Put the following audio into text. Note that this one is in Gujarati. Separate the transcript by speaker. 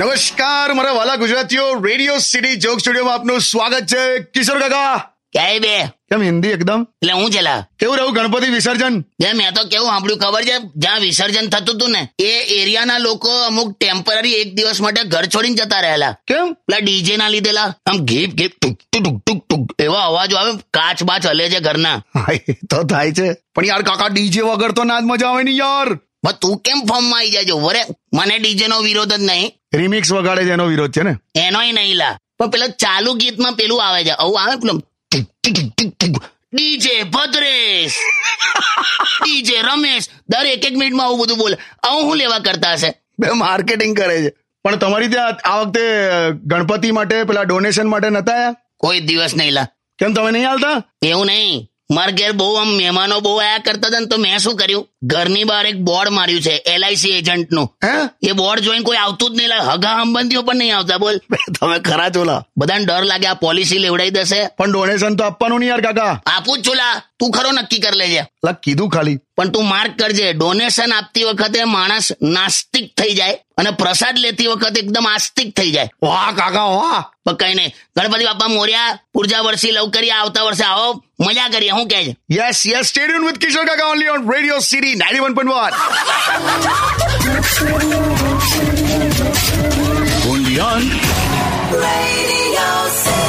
Speaker 1: નમસ્કાર મારા વાલા ગુજરાતીઓ રેડિયો સિટી જોક સ્ટુડિયોમાં આપનું સ્વાગત છે કિશોર કાકા
Speaker 2: ક્યાંય બે
Speaker 1: કેમ હિન્દી એકદમ
Speaker 2: એટલે હું છેલા
Speaker 1: કેવું રહ્યું ગણપતિ વિસર્જન
Speaker 2: બે મેં તો કેવું સાંભળ્યું ખબર છે જ્યાં વિસર્જન થતું હતું ને એ એરિયાના લોકો અમુક ટેમ્પરરી એક દિવસ માટે ઘર છોડીને જતા રહેલા
Speaker 1: કેમ
Speaker 2: પેલા ડીજે ના લીધેલા આમ ઘીપ ઘીપ ટુક ટુક ટુક ટુક ટુક એવા અવાજો આવે કાચ બાચ હલે છે ઘરના
Speaker 1: હા, એ તો થાય છે પણ યાર કાકા ડીજે વગર તો ના જ મજા આવે ને યાર
Speaker 2: પણ તું કેમ ફોર્મ માં આવી જાજો વરે મને ડીજે નો વિરોધ જ નહીં
Speaker 1: રિમિક્સ વગાડે છે એનો વિરોધ છે ને
Speaker 2: એનોય નહીં લા પણ પેલા ચાલુ ગીતમાં પેલું આવે છે આવું આવે પેલું tick tick tick tick DJ Bhadresh DJ Ramesh દર એક એક મિનિટમાં આવું બધું બોલે આવું હું લેવા કરતા હશે
Speaker 1: બે માર્કેટિંગ કરે છે પણ તમારી ત્યાં આ વખતે અ, ગણપતિ માટે પેલા ડોનેશન માટે નતા આયા
Speaker 2: કોઈ દિવસ નહીં લા
Speaker 1: કેમ તમે નહીં હાલતા
Speaker 2: એવું નહીં માર ઘેર બહુ આમ મહેમાનો બહુ આયા કરતા હતા ને તો મેં શું કર્યું ઘરની બહાર એક બોર્ડ માર્યું છે એલઆઈસી એજન્ટનું
Speaker 1: હે
Speaker 2: એ બોર્ડ જોઈને કોઈ આવતું જ નહીં લા હગા સંબંધીઓ પણ નહીં આવતા બોલ
Speaker 1: બે, તમે ખરા ચોલા
Speaker 2: બધાને ડર લાગે આ પોલિસી લેવડાઈ દેશે
Speaker 1: પણ ડોનેશન તો આપવાનું નહીં યાર કાકા
Speaker 2: આપું જ છું લા તું ખરો નક્કી કરી લેજે
Speaker 1: લા કીધું ખાલી
Speaker 2: પણ તું માર્ક કરજે ડોનેશન આપતી વખતે માણસ નાસ્તિક થઈ જાય અને પ્રસાદ લેતી વખતે એકદમ આસ્તિક થઈ જાય
Speaker 1: વાહ કાકા વાહ
Speaker 2: પણ કઈ નહીં ગણપતિ બાપા મોર્યા પૂરજા વર્ષી લવ કર્યા આવતા વર્ષે આવો મજા કરીએ હું કહે છે
Speaker 1: Yes, yes, stay tuned with Kishore Kaka only on Radio City 91.1.
Speaker 3: Radio City.